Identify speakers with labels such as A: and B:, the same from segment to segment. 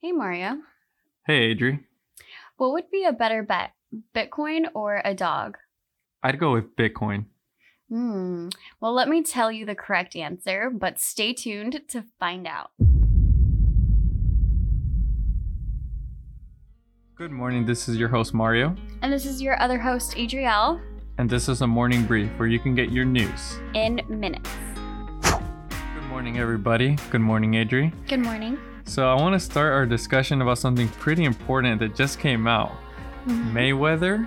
A: Hey, Mario.
B: Hey, Adri.
A: What would be a better bet, Bitcoin or a dog?
B: I'd go with Bitcoin.
A: Hmm. Well, let me tell you the correct answer, but stay tuned to find out.
B: Good morning. This is your host, Mario.
A: And this is your other host, Adrielle,
B: And this is a morning brief where you can get your news.
A: in minutes.
B: Good morning, everybody. Good morning, Adri.
A: Good morning.
B: So, I want to start our discussion about something pretty important that just came out.
A: Mm-hmm.
B: Mayweather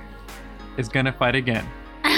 B: is going to fight again.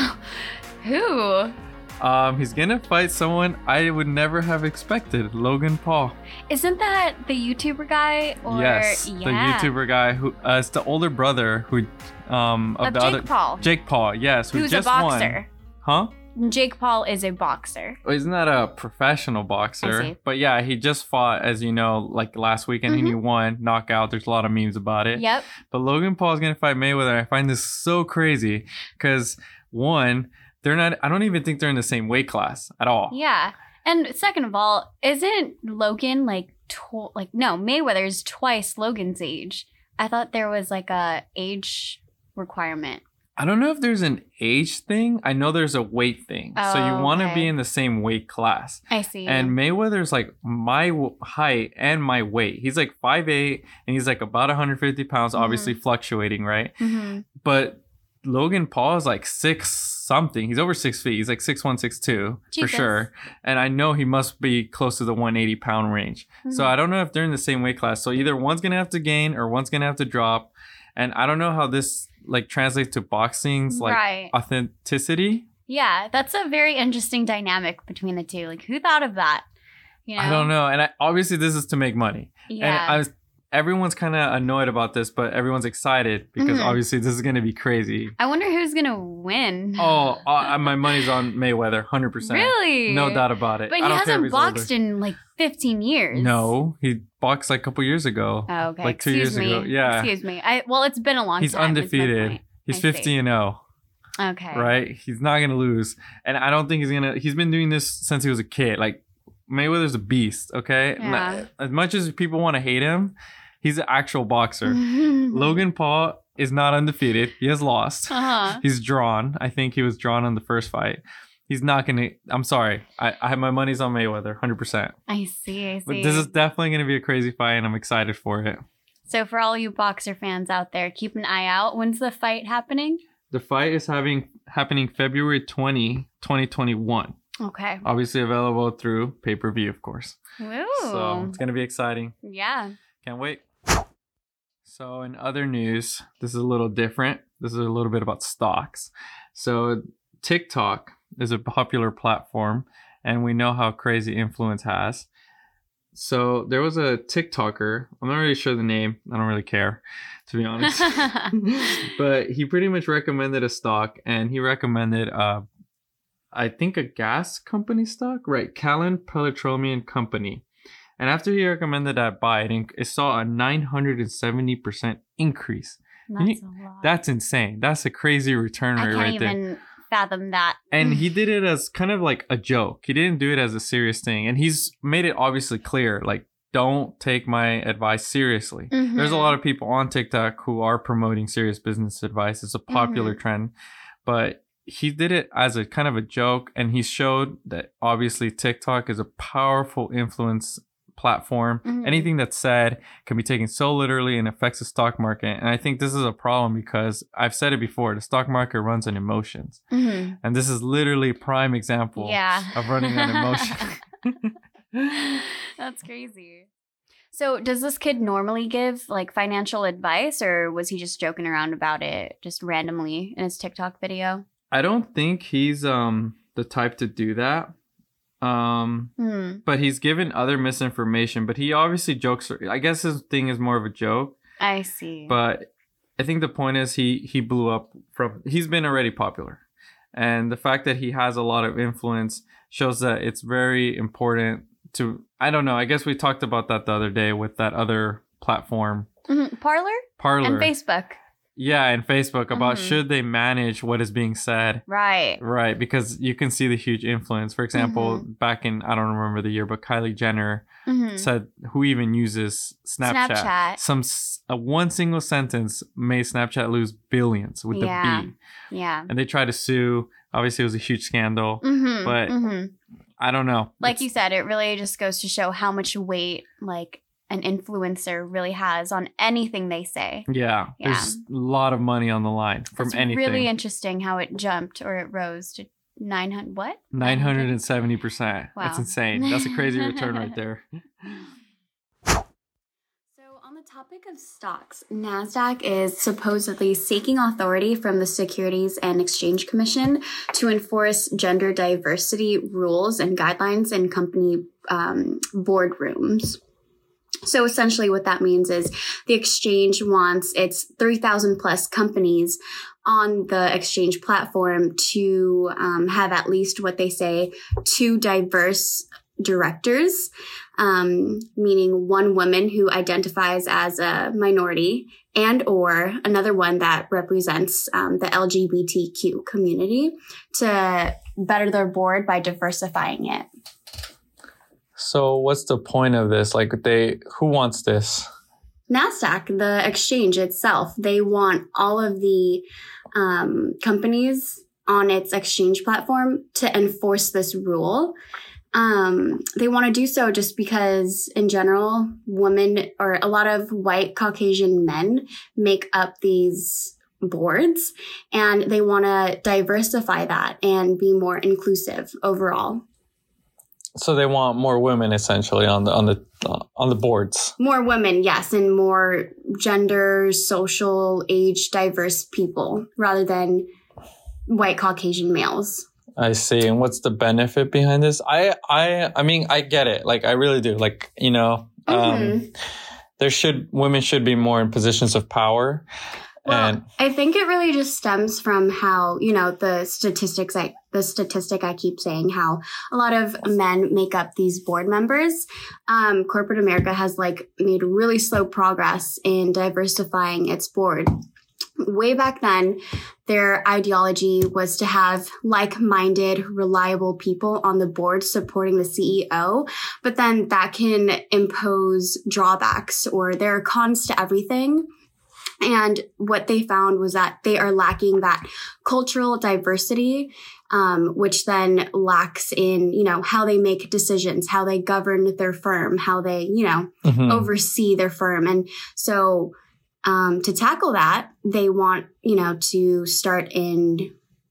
A: Who?
B: Um, he's going to fight someone I would never have expected Logan Paul.
A: Isn't that the YouTuber guy? Or
B: yes, the
A: yeah.
B: YouTuber guy who uh, it's the older brother who um of
A: Of
B: the
A: Jake
B: other
A: Paul,
B: Jake Paul. Yes, who
A: who's
B: just
A: a boxer.
B: won. Huh?
A: Jake Paul is a boxer.
B: Well, He's not a professional
A: I see.
B: boxer, but yeah, he just fought, as you know, like last weekend, and he
A: Mm-hmm.
B: won knockout. There's a lot of memes about it.
A: Yep.
B: But Logan Paul's gonna fight Mayweather. I find this so crazy because one, they're not. I don't even think they're in the same weight class at all.
A: Yeah. And second of all, isn't Logan like tw- like no, Mayweather's twice Logan's age. I thought there was like a age requirement.
B: I don't know if there's an age thing. I know there's a weight thing. so you
A: Oh,
B: want to
A: okay.
B: be in the same weight class.
A: I see.
B: And Mayweather's like my w- height and my weight. He's like 5'8 and he's like about 150 pounds,
A: Mm-hmm.
B: obviously fluctuating, right?
A: Mhm.
B: But Logan Paul is like six something. He's over six feet. He's like six one, six two
A: Jesus.
B: for sure. And I know he must be close to the 180 pound range. So
A: Mhm.
B: I don't know if they're in the same weight class. So either one's gonna have to gain or one's gonna have to drop. And I don't know how this like translates to boxing's like
A: right.
B: authenticity.
A: yeah, that's a very interesting dynamic between the two. Like who thought of that? You know?
B: I don't know. And I, obviously this is to make money.
A: Yeah.
B: And I was everyone's kind of annoyed about this, but everyone's excited because
A: Mhm.
B: obviously this is going to be crazy.
A: I wonder who's going to win.
B: Oh, uh, my money's on Mayweather, hundred percent.
A: really?
B: No doubt about it.
A: But he
B: I don't care if
A: hasn't
B: he's
A: boxed in like 15 years.
B: older. No, he boxed like a couple years ago.
A: Oh, okay.
B: Like two
A: Excuse
B: years
A: me.
B: ago. Yeah.
A: Excuse me. I well, it's been a long
B: He's
A: time. is my
B: undefeated.
A: point.
B: he's
A: I see.
B: fifty and zero,
A: Okay.
B: right? He's not gonna lose, and I don't think he's gonna. He's been doing this since he was a kid. Like Mayweather's a beast. Okay, And
A: Yeah.
B: as much as people want to hate him, he's an actual
A: Mm-hmm.
B: boxer. Logan Paul is not undefeated. He has lost.
A: Uh-huh.
B: He's drawn. I think he was drawn on the first fight. He's not gonna. I'm sorry. I, I have my money's on Mayweather, hundred percent.
A: I see. I see.
B: But this is definitely gonna be a crazy fight, and I'm excited for it.
A: so for all you boxer fans out there, keep an eye out. When's the fight happening?
B: The fight is having happening February 20, 2021.
A: Okay.
B: Obviously available through pay per view, of course.
A: Woo.
B: So it's gonna be exciting.
A: yeah.
B: Can't wait. So, in other news, this is a little different. This is a little bit about stocks. So, TikTok is a popular platform, and we know how crazy influence has. So, there was a TikToker. I'm not really sure the name. I don't really care, to be honest. but he pretty much recommended a stock, and he recommended, uh, I think, a gas company stock, right? Callan Petroleum Company. And after he recommended that buy, it, inc- it saw a 970% increase.
A: That's
B: you-
A: a lot.
B: That's insane. That's a crazy return
A: I
B: rate
A: can't
B: right there.
A: even fathom that.
B: And he did it as kind of like a joke. He didn't do it as a serious thing. And he's made it obviously clear like, don't take my advice seriously. There's
A: Mm-hmm.
B: a lot of people on TikTok who are promoting serious business advice. It's a popular trend, but he did it as a kind of a joke and he showed that obviously TikTok is a powerful influence platform.
A: Mhm.
B: Anything that's said can be taken so literally and affects the stock market. And I think this is a problem because I've said it before, the stock market runs on emotions.
A: Mhm.
B: And this is literally a prime example
A: Yeah.
B: of running on emotion.
A: That's crazy. So, does this kid normally give like financial advice, or was he just joking around about it just randomly in his TikTok video?
B: I don't think he's um the type to do that. Um
A: Hmm.
B: but he's given other misinformation but he obviously jokes i guess his thing is more of a joke
A: I see.
B: but i think the point is he he blew up from he's been already popular and the fact that he has a lot of influence shows that it's very important to i don't know i guess we talked about that the other day with that other platform
A: Mhm. Parlor
B: parlor
A: and Facebook.
B: yeah, and Facebook about
A: Mhm.
B: should they manage what is being said
A: Right.
B: Right, because you can see the huge influence. For example, back in I don't remember the year, but Kylie Jenner
A: Mhm.
B: said, "Who even uses Snapchat?"
A: Snapchat.
B: Some s- a one single sentence made Snapchat lose billions with
A: Yeah.
B: the B,
A: Yeah.
B: and they tried to sue. Obviously, it was a huge scandal.
A: Mm-hmm.
B: But
A: Mhm.
B: I don't know.
A: like
B: It's-
A: you said, it really just goes to show how much weight like an influencer really has on anything they say.
B: yeah,
A: Yeah.
B: there's a lot of money on the line from
A: It's
B: anything.
A: really interesting how it jumped or it rose to 900 what?
B: 970 percent. That's
A: Wow.
B: insane. That's a crazy return right there.
A: So, on the topic of stocks, NASDAQ is supposedly seeking authority from the Securities and Exchange Commission to enforce gender diversity rules and guidelines in company um, boardrooms. So, essentially, what that means is the exchange wants its 3,000 plus companies on the exchange platform to um, have at least what they say two diverse directors um, meaning one woman who identifies as a minority and or another one that represents um, the lgbtq community to better their board by diversifying it
B: So, what's the point of this? Like, they who wants this?
A: NASDAQ, the exchange itself, they want all of the um, companies on its exchange platform to enforce this rule. Um, they want to do so just because, in general, women or a lot of white Caucasian men make up these boards and they want to diversify that and be more inclusive overall.
B: so they want more women essentially on the on the uh, on the boards
A: More women, yes, and more gender, social, age diverse people rather than white Caucasian males.
B: i see and what's the benefit behind this i i i mean i get it like i really do like you know um
A: Mhm.
B: there should women should be more in positions of power
A: Well,
B: and
A: I think it really just stems from how, you know, the statistics I the statistic I keep saying how a lot of men make up these board members. Um, corporate America has like made really slow progress in diversifying its board. Way back then, their ideology was to have like minded, reliable people on the board supporting the CEO. But then that can impose drawbacks or there are cons to everything. And what they found was that they are lacking that cultural diversity, um, which then lacks in, you know, how they make decisions, how they govern their firm, how they, you know,
B: Mhm.
A: oh. oversee their firm. And so um, to tackle that, they want, you know, to start in,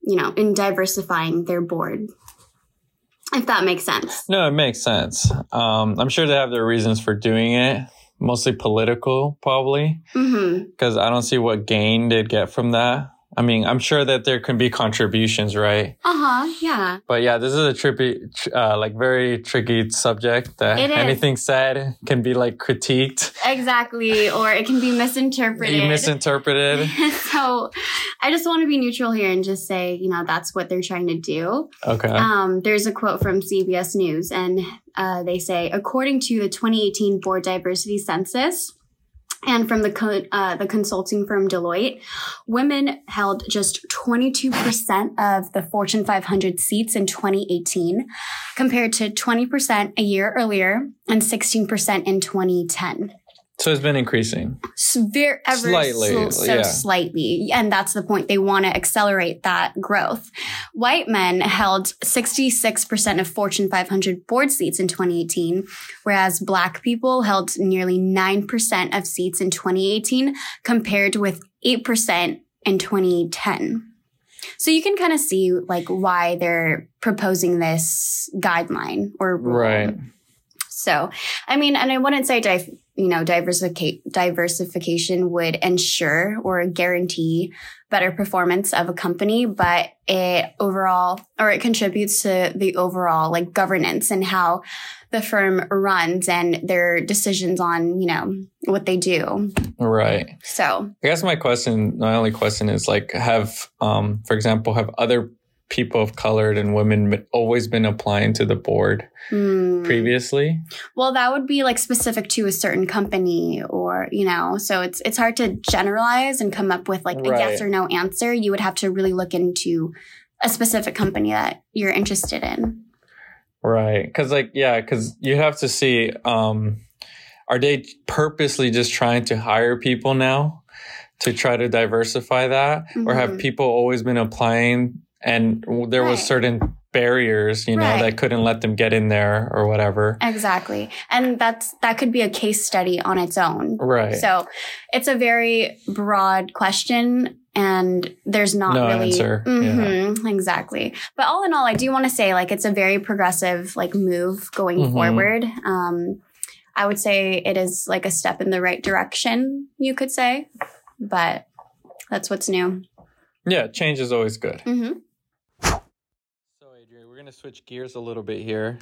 A: you know, in diversifying their board, if that makes sense.
B: no it makes sense um i'm sure they have their reasons for doing it mostly political probably
A: hmm
B: because i don't see what gain they'd get from that i mean i'm sure that there can be contributions right
A: Uh huh. Yeah.
B: But yeah, this is a trippy, tr- uh, like very tricky subject that
A: It is.
B: anything said can be like critiqued,
A: Exactly. Or it can be misinterpreted.
B: you misinterpreted.
A: so I just want to be neutral here and just say, you know, that's what they're trying to do.
B: Okay.
A: Um, there's a quote from CBS News, and uh, they say, according to the 2018 board diversity census, and from the co- uh, the consulting firm Deloitte, women held just 22% of the Fortune 500 seats in 2018, compared to 20% a year earlier and 16% in 2010
B: so it's been increasing.
A: s- very ever
B: Slightly,
A: so, so
B: yeah.
A: slightly and that's the point they want to accelerate that growth white men held 66% of fortune 500 board seats in 2018 whereas black people held nearly 9% of seats in 2018 compared with 8% in 2010 so you can kind of see like why they're proposing this guideline or rule.
B: Right.
A: So, I mean, and I wouldn't say dive, you know, diversification diversification would ensure or guarantee better performance of a company, but it overall or it contributes to the overall like governance and how the firm runs and their decisions on, you know, what they do.
B: Right.
A: So,
B: I guess my question, my only question is like, have, um, for example, have other people of color and women been- always been applying to the board
A: Hmm.
B: previously?
A: Well, that would be like specific to a certain company or, you know, so it's it's hard to generalize and come up with like a yes
B: Right.
A: or no answer. You would have to really look into a specific company that you're interested in.
B: Right. Cause like, yeah, cause you have to see, um, are they purposely just trying to hire people now to try to diversify that? Or have
A: Mhm.
B: people always been applying and there
A: Right.
B: was certain barriers, you know,
A: Right.
B: that couldn't let them get in there or whatever.
A: Exactly. And that's that could be a case study on its own.
B: right.
A: So, it's a very broad question and there's not
B: No
A: really
B: answer. Yeah.
A: Mhm, exactly. But all in all, I do want to say like it's a very progressive like move going
B: Mhm.
A: forward. Um I would say it is like a step in the right direction, you could say. But that's what's new.
B: yeah. Change is always good.
A: Mhm.
B: So, Adrian, we're going to switch gears a little bit here.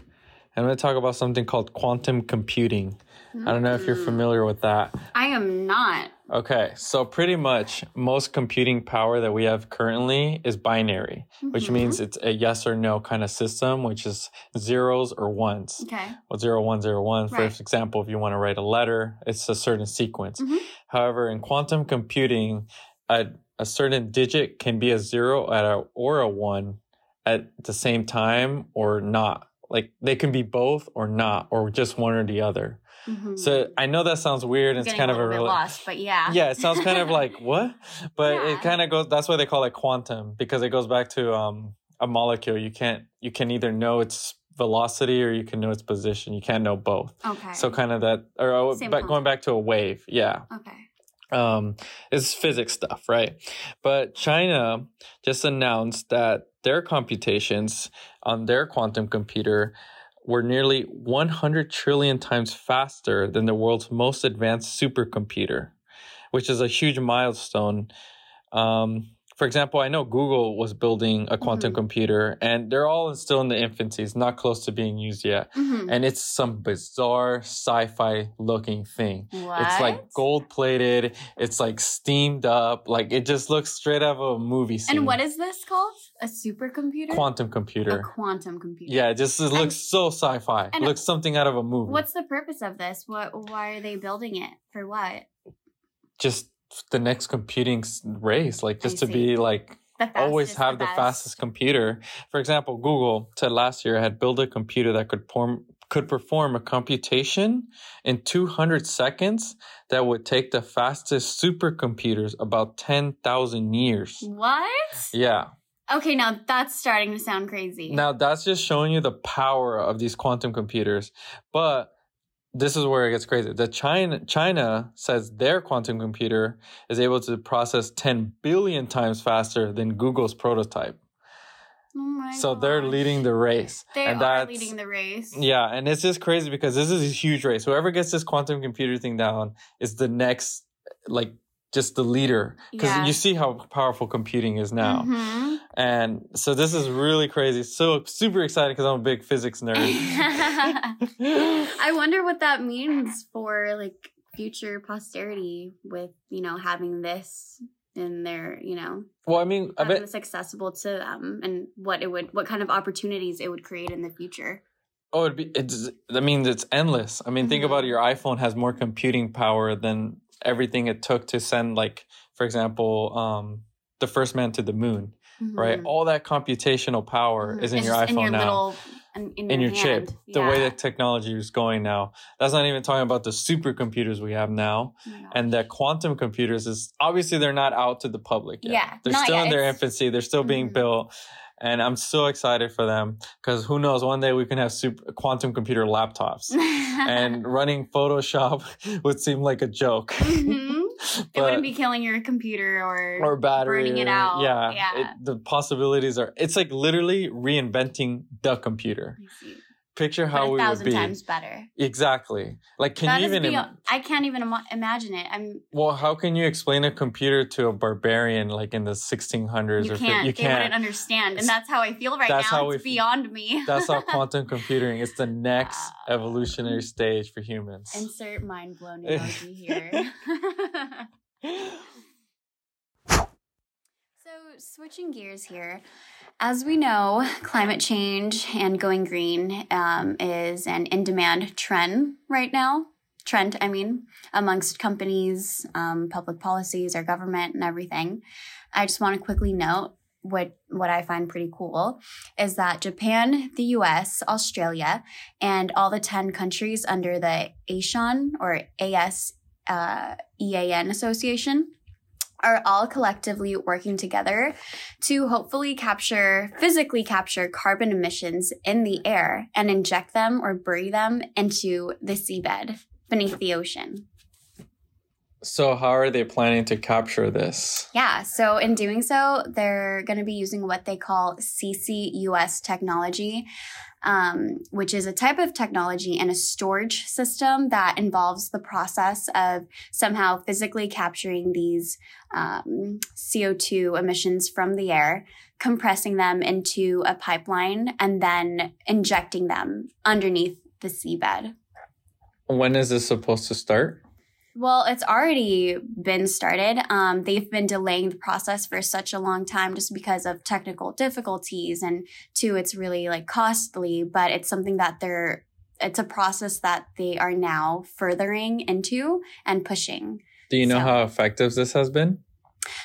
B: I'm going to talk about something called quantum computing. I don't know if you're
A: Mm.
B: familiar with that.
A: I am not.
B: Okay, so pretty much most computing power that we have currently is binary, which
A: Mhm.
B: means it's a yes or no kind of system, which is zeros or ones.
A: Okay.
B: Well, zero, one, zero, one. For
A: Right.
B: example, if you want to write a letter, it's a certain sequence.
A: Mhm.
B: However, in quantum computing, a, a certain digit can be a zero at a, or a one at the same time or not. Like they can be both or not, or just one or the other.
A: Mhm.
B: So I know that sounds weird.
A: I'm
B: and It's
A: getting
B: kind of a
A: little bit
B: rela-
A: lost, but yeah.
B: yeah, it sounds kind of like what, but
A: Yeah.
B: it kind of goes. That's why they call it quantum because it goes back to um, a molecule. You can't. You can either know its velocity or you can know its position. You can't know both.
A: Okay.
B: So kind of that, or oh,
A: Same
B: but going
A: concept.
B: back to a wave. Yeah,
A: okay.
B: um, it's physics stuff, right? But China just announced that their computations on their quantum computer were nearly 100 trillion times faster than the world's most advanced supercomputer, which is a huge milestone. Um, for example, I know Google was building a quantum
A: Mhm.
B: computer, and they're all still in the infancies, not close to being used yet.
A: Mhm.
B: And it's some bizarre sci fi looking thing.
A: What?
B: It's like gold plated. It's like steamed up. Like it just looks straight out of a movie scene.
A: And what is this called? A supercomputer?
B: quantum
A: A
B: computer?
A: quantum computer.
B: yeah, it just it
A: And-
B: looks so sci-fi.
A: and-
B: looks something out of a movie.
A: What's the purpose of this? What? Why are they building it? For what?
B: just the next computing s- race? Like just
A: I
B: to
A: see.
B: be like
A: The fastest,
B: always have the,
A: best?
B: fastest computer. For example, Google said last year had built a computer that could perform could perform a computation in 200 seconds that would take the fastest supercomputers about 10,000 years.
A: What?
B: Yeah.
A: Okay, now that's starting to sound crazy.
B: Now that's just showing you the power of these quantum computers. But this is where it gets crazy. The China China says their quantum computer is able to process 10 billion times faster than Google's prototype.
A: Oh my
B: so they're
A: gosh.
B: leading the race.
A: They
B: and
A: are
B: that's-
A: leading the race.
B: Yeah, and it's just crazy because this is a huge race. Whoever gets this quantum computer thing down is the next like just the leader because
A: Yeah.
B: you see how powerful computing is now.
A: Mhm.
B: And so this is really crazy. So super excited because I'm a big physics nerd.
A: I wonder what that means for like future posterity with you know having this in their you know
B: well, I mean, I
A: having
B: bet.
A: this accessible to them and what it would what kind of opportunities it would create in the future.
B: Oh, it'd be. It's. I mean, it's endless. I mean, think
A: Mhm.
B: about it. Your iPhone has more computing power than everything it took to send, like, for example, um, the first man to the moon. Right.
A: Mhm.
B: All that computational power
A: Mhm.
B: is in
A: It's
B: your
A: just
B: iPhone now.
A: Little, in, in,
B: in your
A: hand.
B: chip, the way
A: Yeah.
B: that technology is going now. That's not even talking about the supercomputers we have now.
A: Yeah.
B: and the quantum computers is obviously they're not out to the public yet.
A: Yeah,
B: they're
A: not
B: still
A: yet.
B: in their
A: It's-
B: infancy. They're still being
A: Mhm.
B: built, and I'm so excited for them because who knows? One day we can have super quantum computer laptops, and running Photoshop would seem like a joke.
A: Mhm. it
B: But-
A: wouldn't be killing your computer or,
B: or battery,
A: burning it
B: or-
A: out.
B: Yeah,
A: Yeah.
B: it- the possibilities are. It's like literally reinventing the computer.
A: I see.
B: Picture
A: But
B: how
A: a
B: we would
A: thousand
B: be.
A: times better.
B: Exactly. Like, can
A: That
B: you
A: is
B: even? im-
A: beyond- I can't even ima- imagine it. I'm
B: Well, how can you explain a computer to a barbarian like in the 1600s
A: you
B: or fif-
A: can't.
B: you
A: they wouldn't
B: can't?
A: understand, and that's how I feel right
B: That's
A: now.
B: how
A: it's
B: we f-
A: beyond me.
B: That's how quantum computing is the next
A: Wow.
B: evolutionary stage for humans.
A: Insert mind blown emoji here. so switching gears here, As we know, climate change and going green um, is an in demand trend right now. Trend, I mean, amongst companies, um, public policies, our government, and everything. I just want to quickly note what what I find pretty cool is that Japan, the US, Australia, and all the 10 countries under the ASEAN or AS uh, EAN Association are all collectively working together to hopefully capture, physically capture carbon emissions in the air and inject them or bury them into the seabed beneath the ocean.
B: So, how are they planning to capture this?
A: Yeah, so in doing so, they're going to be using what they call CCUS technology, um, which is a type of technology and a storage system that involves the process of somehow physically capturing these um, CO2 emissions from the air, compressing them into a pipeline, and then injecting them underneath the seabed.
B: When is this supposed to start?
A: Well, it's already been started. Um, they've been delaying the process for such a long time just because of technical difficulties, and two, it's really like costly. But it's something that they're it's a process that they are now furthering into and pushing.
B: Do you know
A: So-
B: how effective this has been?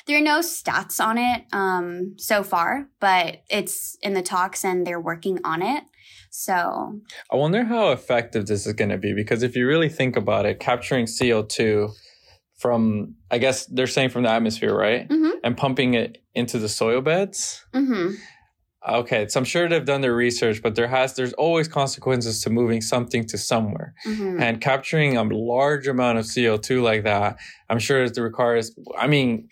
A: There are no stats on it um, so far, but it's in the talks and they're working on it. So
B: I wonder how effective this is going to be because if you really think about it, capturing CO2 from, I guess they're saying from the atmosphere, right?
A: Mhm.
B: And pumping it into the soil beds.
A: hmm
B: Okay, so I'm sure they've done their research, but there has there's always consequences to moving something to somewhere.
A: hmm
B: And capturing a large amount of CO2 like that, I'm sure it requires I mean,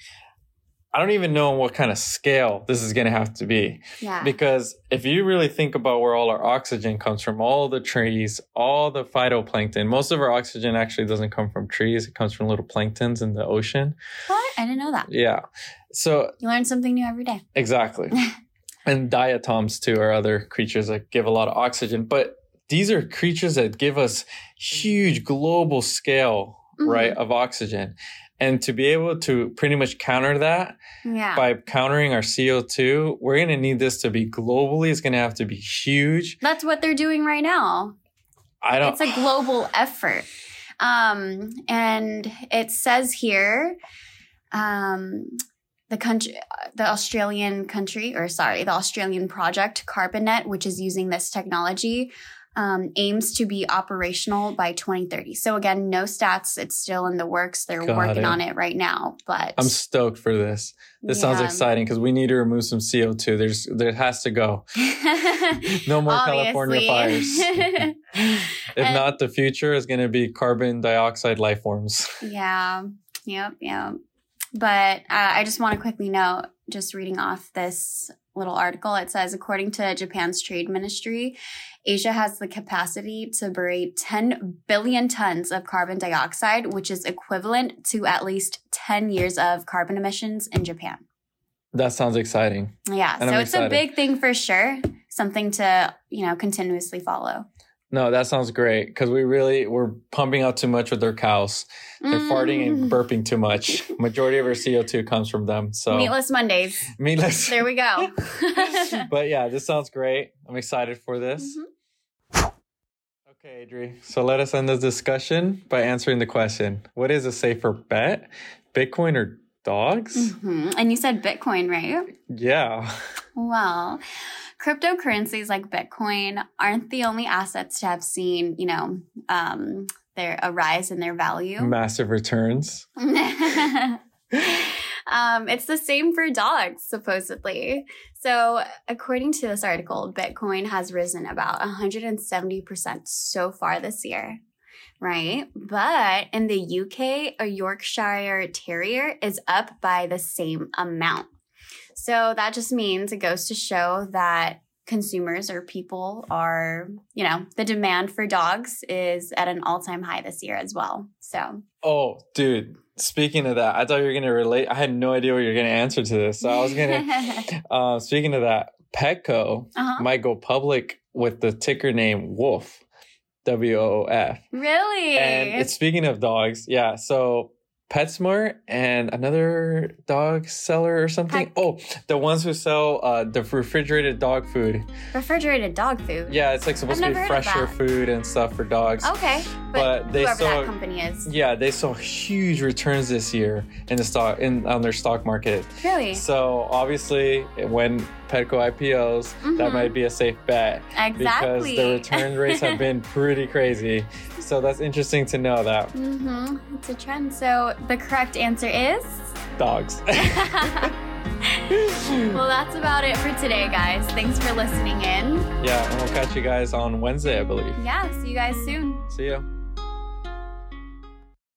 B: I don't even know what kind of scale this is going to have to be.
A: yeah.
B: Because if you really think about where all our oxygen comes from, all the trees, all the phytoplankton, most of our oxygen actually doesn't come from trees. It comes from little planktons in the ocean.
A: What? I didn't know that.
B: Yeah. So,
A: You learn something new every day.
B: exactly. and diatoms, too, are other creatures that give a lot of oxygen. But these are creatures that give us huge global scale,
A: Mhm.
B: right, of oxygen. And to be able to pretty much counter that,
A: Yeah.
B: by countering our CO2, we're going to need this to be globally. It's going to have to be huge.
A: That's what they're doing right now.
B: I don't.
A: It's a global effort. Um, and it says here, um, the country, the Australian country, or sorry, the Australian project Carbonet, which is using this technology, um, aims to be operational by 2030. So again, no stats. It's still in the works. They're
B: Got
A: working
B: it.
A: on it right now. But
B: I'm stoked for this. This sounds
A: yeah.
B: exciting because we need to remove some CO2. There's there has to go. No more California fires.
A: Obviously.
B: if
A: And-
B: not, the future is going to be carbon dioxide life forms.
A: Yeah. Yep. Yep. But uh, I just want to quickly note just reading off this little article, it says according to Japan's trade ministry, Asia has the capacity to bury 10 billion tons of carbon dioxide, which is equivalent to at least 10 years of carbon emissions in Japan.
B: That sounds exciting.
A: Yeah.
B: And
A: so
B: I'm
A: it's a
B: excited.
A: big thing for sure. Something to, you know, continuously follow.
B: No, that sounds great because we really we're pumping out too much with our cows. They're
A: Mm.
B: farting and burping too much. Majority of our CO2 comes from them. So
A: Meatless Mondays.
B: meatless.
A: There we go.
B: but yeah, this sounds great. I'm excited for this.
A: Mhm.
B: Okay, Adri. So let us end this discussion by answering the question What is a safer bet? Bitcoin or dogs?
A: hmm And you said Bitcoin, right?
B: Yeah.
A: Well, cryptocurrencies like Bitcoin aren't the only assets to have seen, you know, um, their a rise in their value.
B: Massive returns.
A: um, it's the same for dogs, supposedly. So, according to this article, Bitcoin has risen about 170% so far this year, right? But in the UK, a Yorkshire Terrier is up by the same amount. So, that just means it goes to show that. Consumers or people are, you know, the demand for dogs is at an all time high this year as well. So,
B: Oh, dude. Speaking of that, I thought you were going to relate. I had no idea what you were going to answer to this. So I was going
A: to.
B: to, uh, speaking of that, Petco
A: uh-huh.
B: might go public with the ticker name Wolf, W O O F.
A: Really?
B: And it's speaking of dogs, yeah. So PetSmart and another dog seller or something.
A: Pet-
B: oh, the ones who sell uh, the refrigerated dog food.
A: Refrigerated dog food.
B: Yeah, it's like supposed to
A: I've
B: be
A: never heard of
B: fresher
A: that.
B: food and stuff for dogs.
A: Okay, but,
B: But they
A: whoever
B: saw-
A: that company is,
B: Yeah, they saw huge returns this year in the stock in on their stock market.
A: really,
B: So obviously, when Petco IPOs, that
A: Mhm.
B: might be a safe bet
A: exactly.
B: because the return rates have been pretty crazy. So that's interesting to know that
A: hmm It's a trend. So the correct answer is.
B: dogs.
A: well, that's about it for today, guys. Thanks for listening in.
B: Yeah, and we'll catch you guys on Wednesday, I believe.
A: Yeah, see you guys soon.
B: See ya.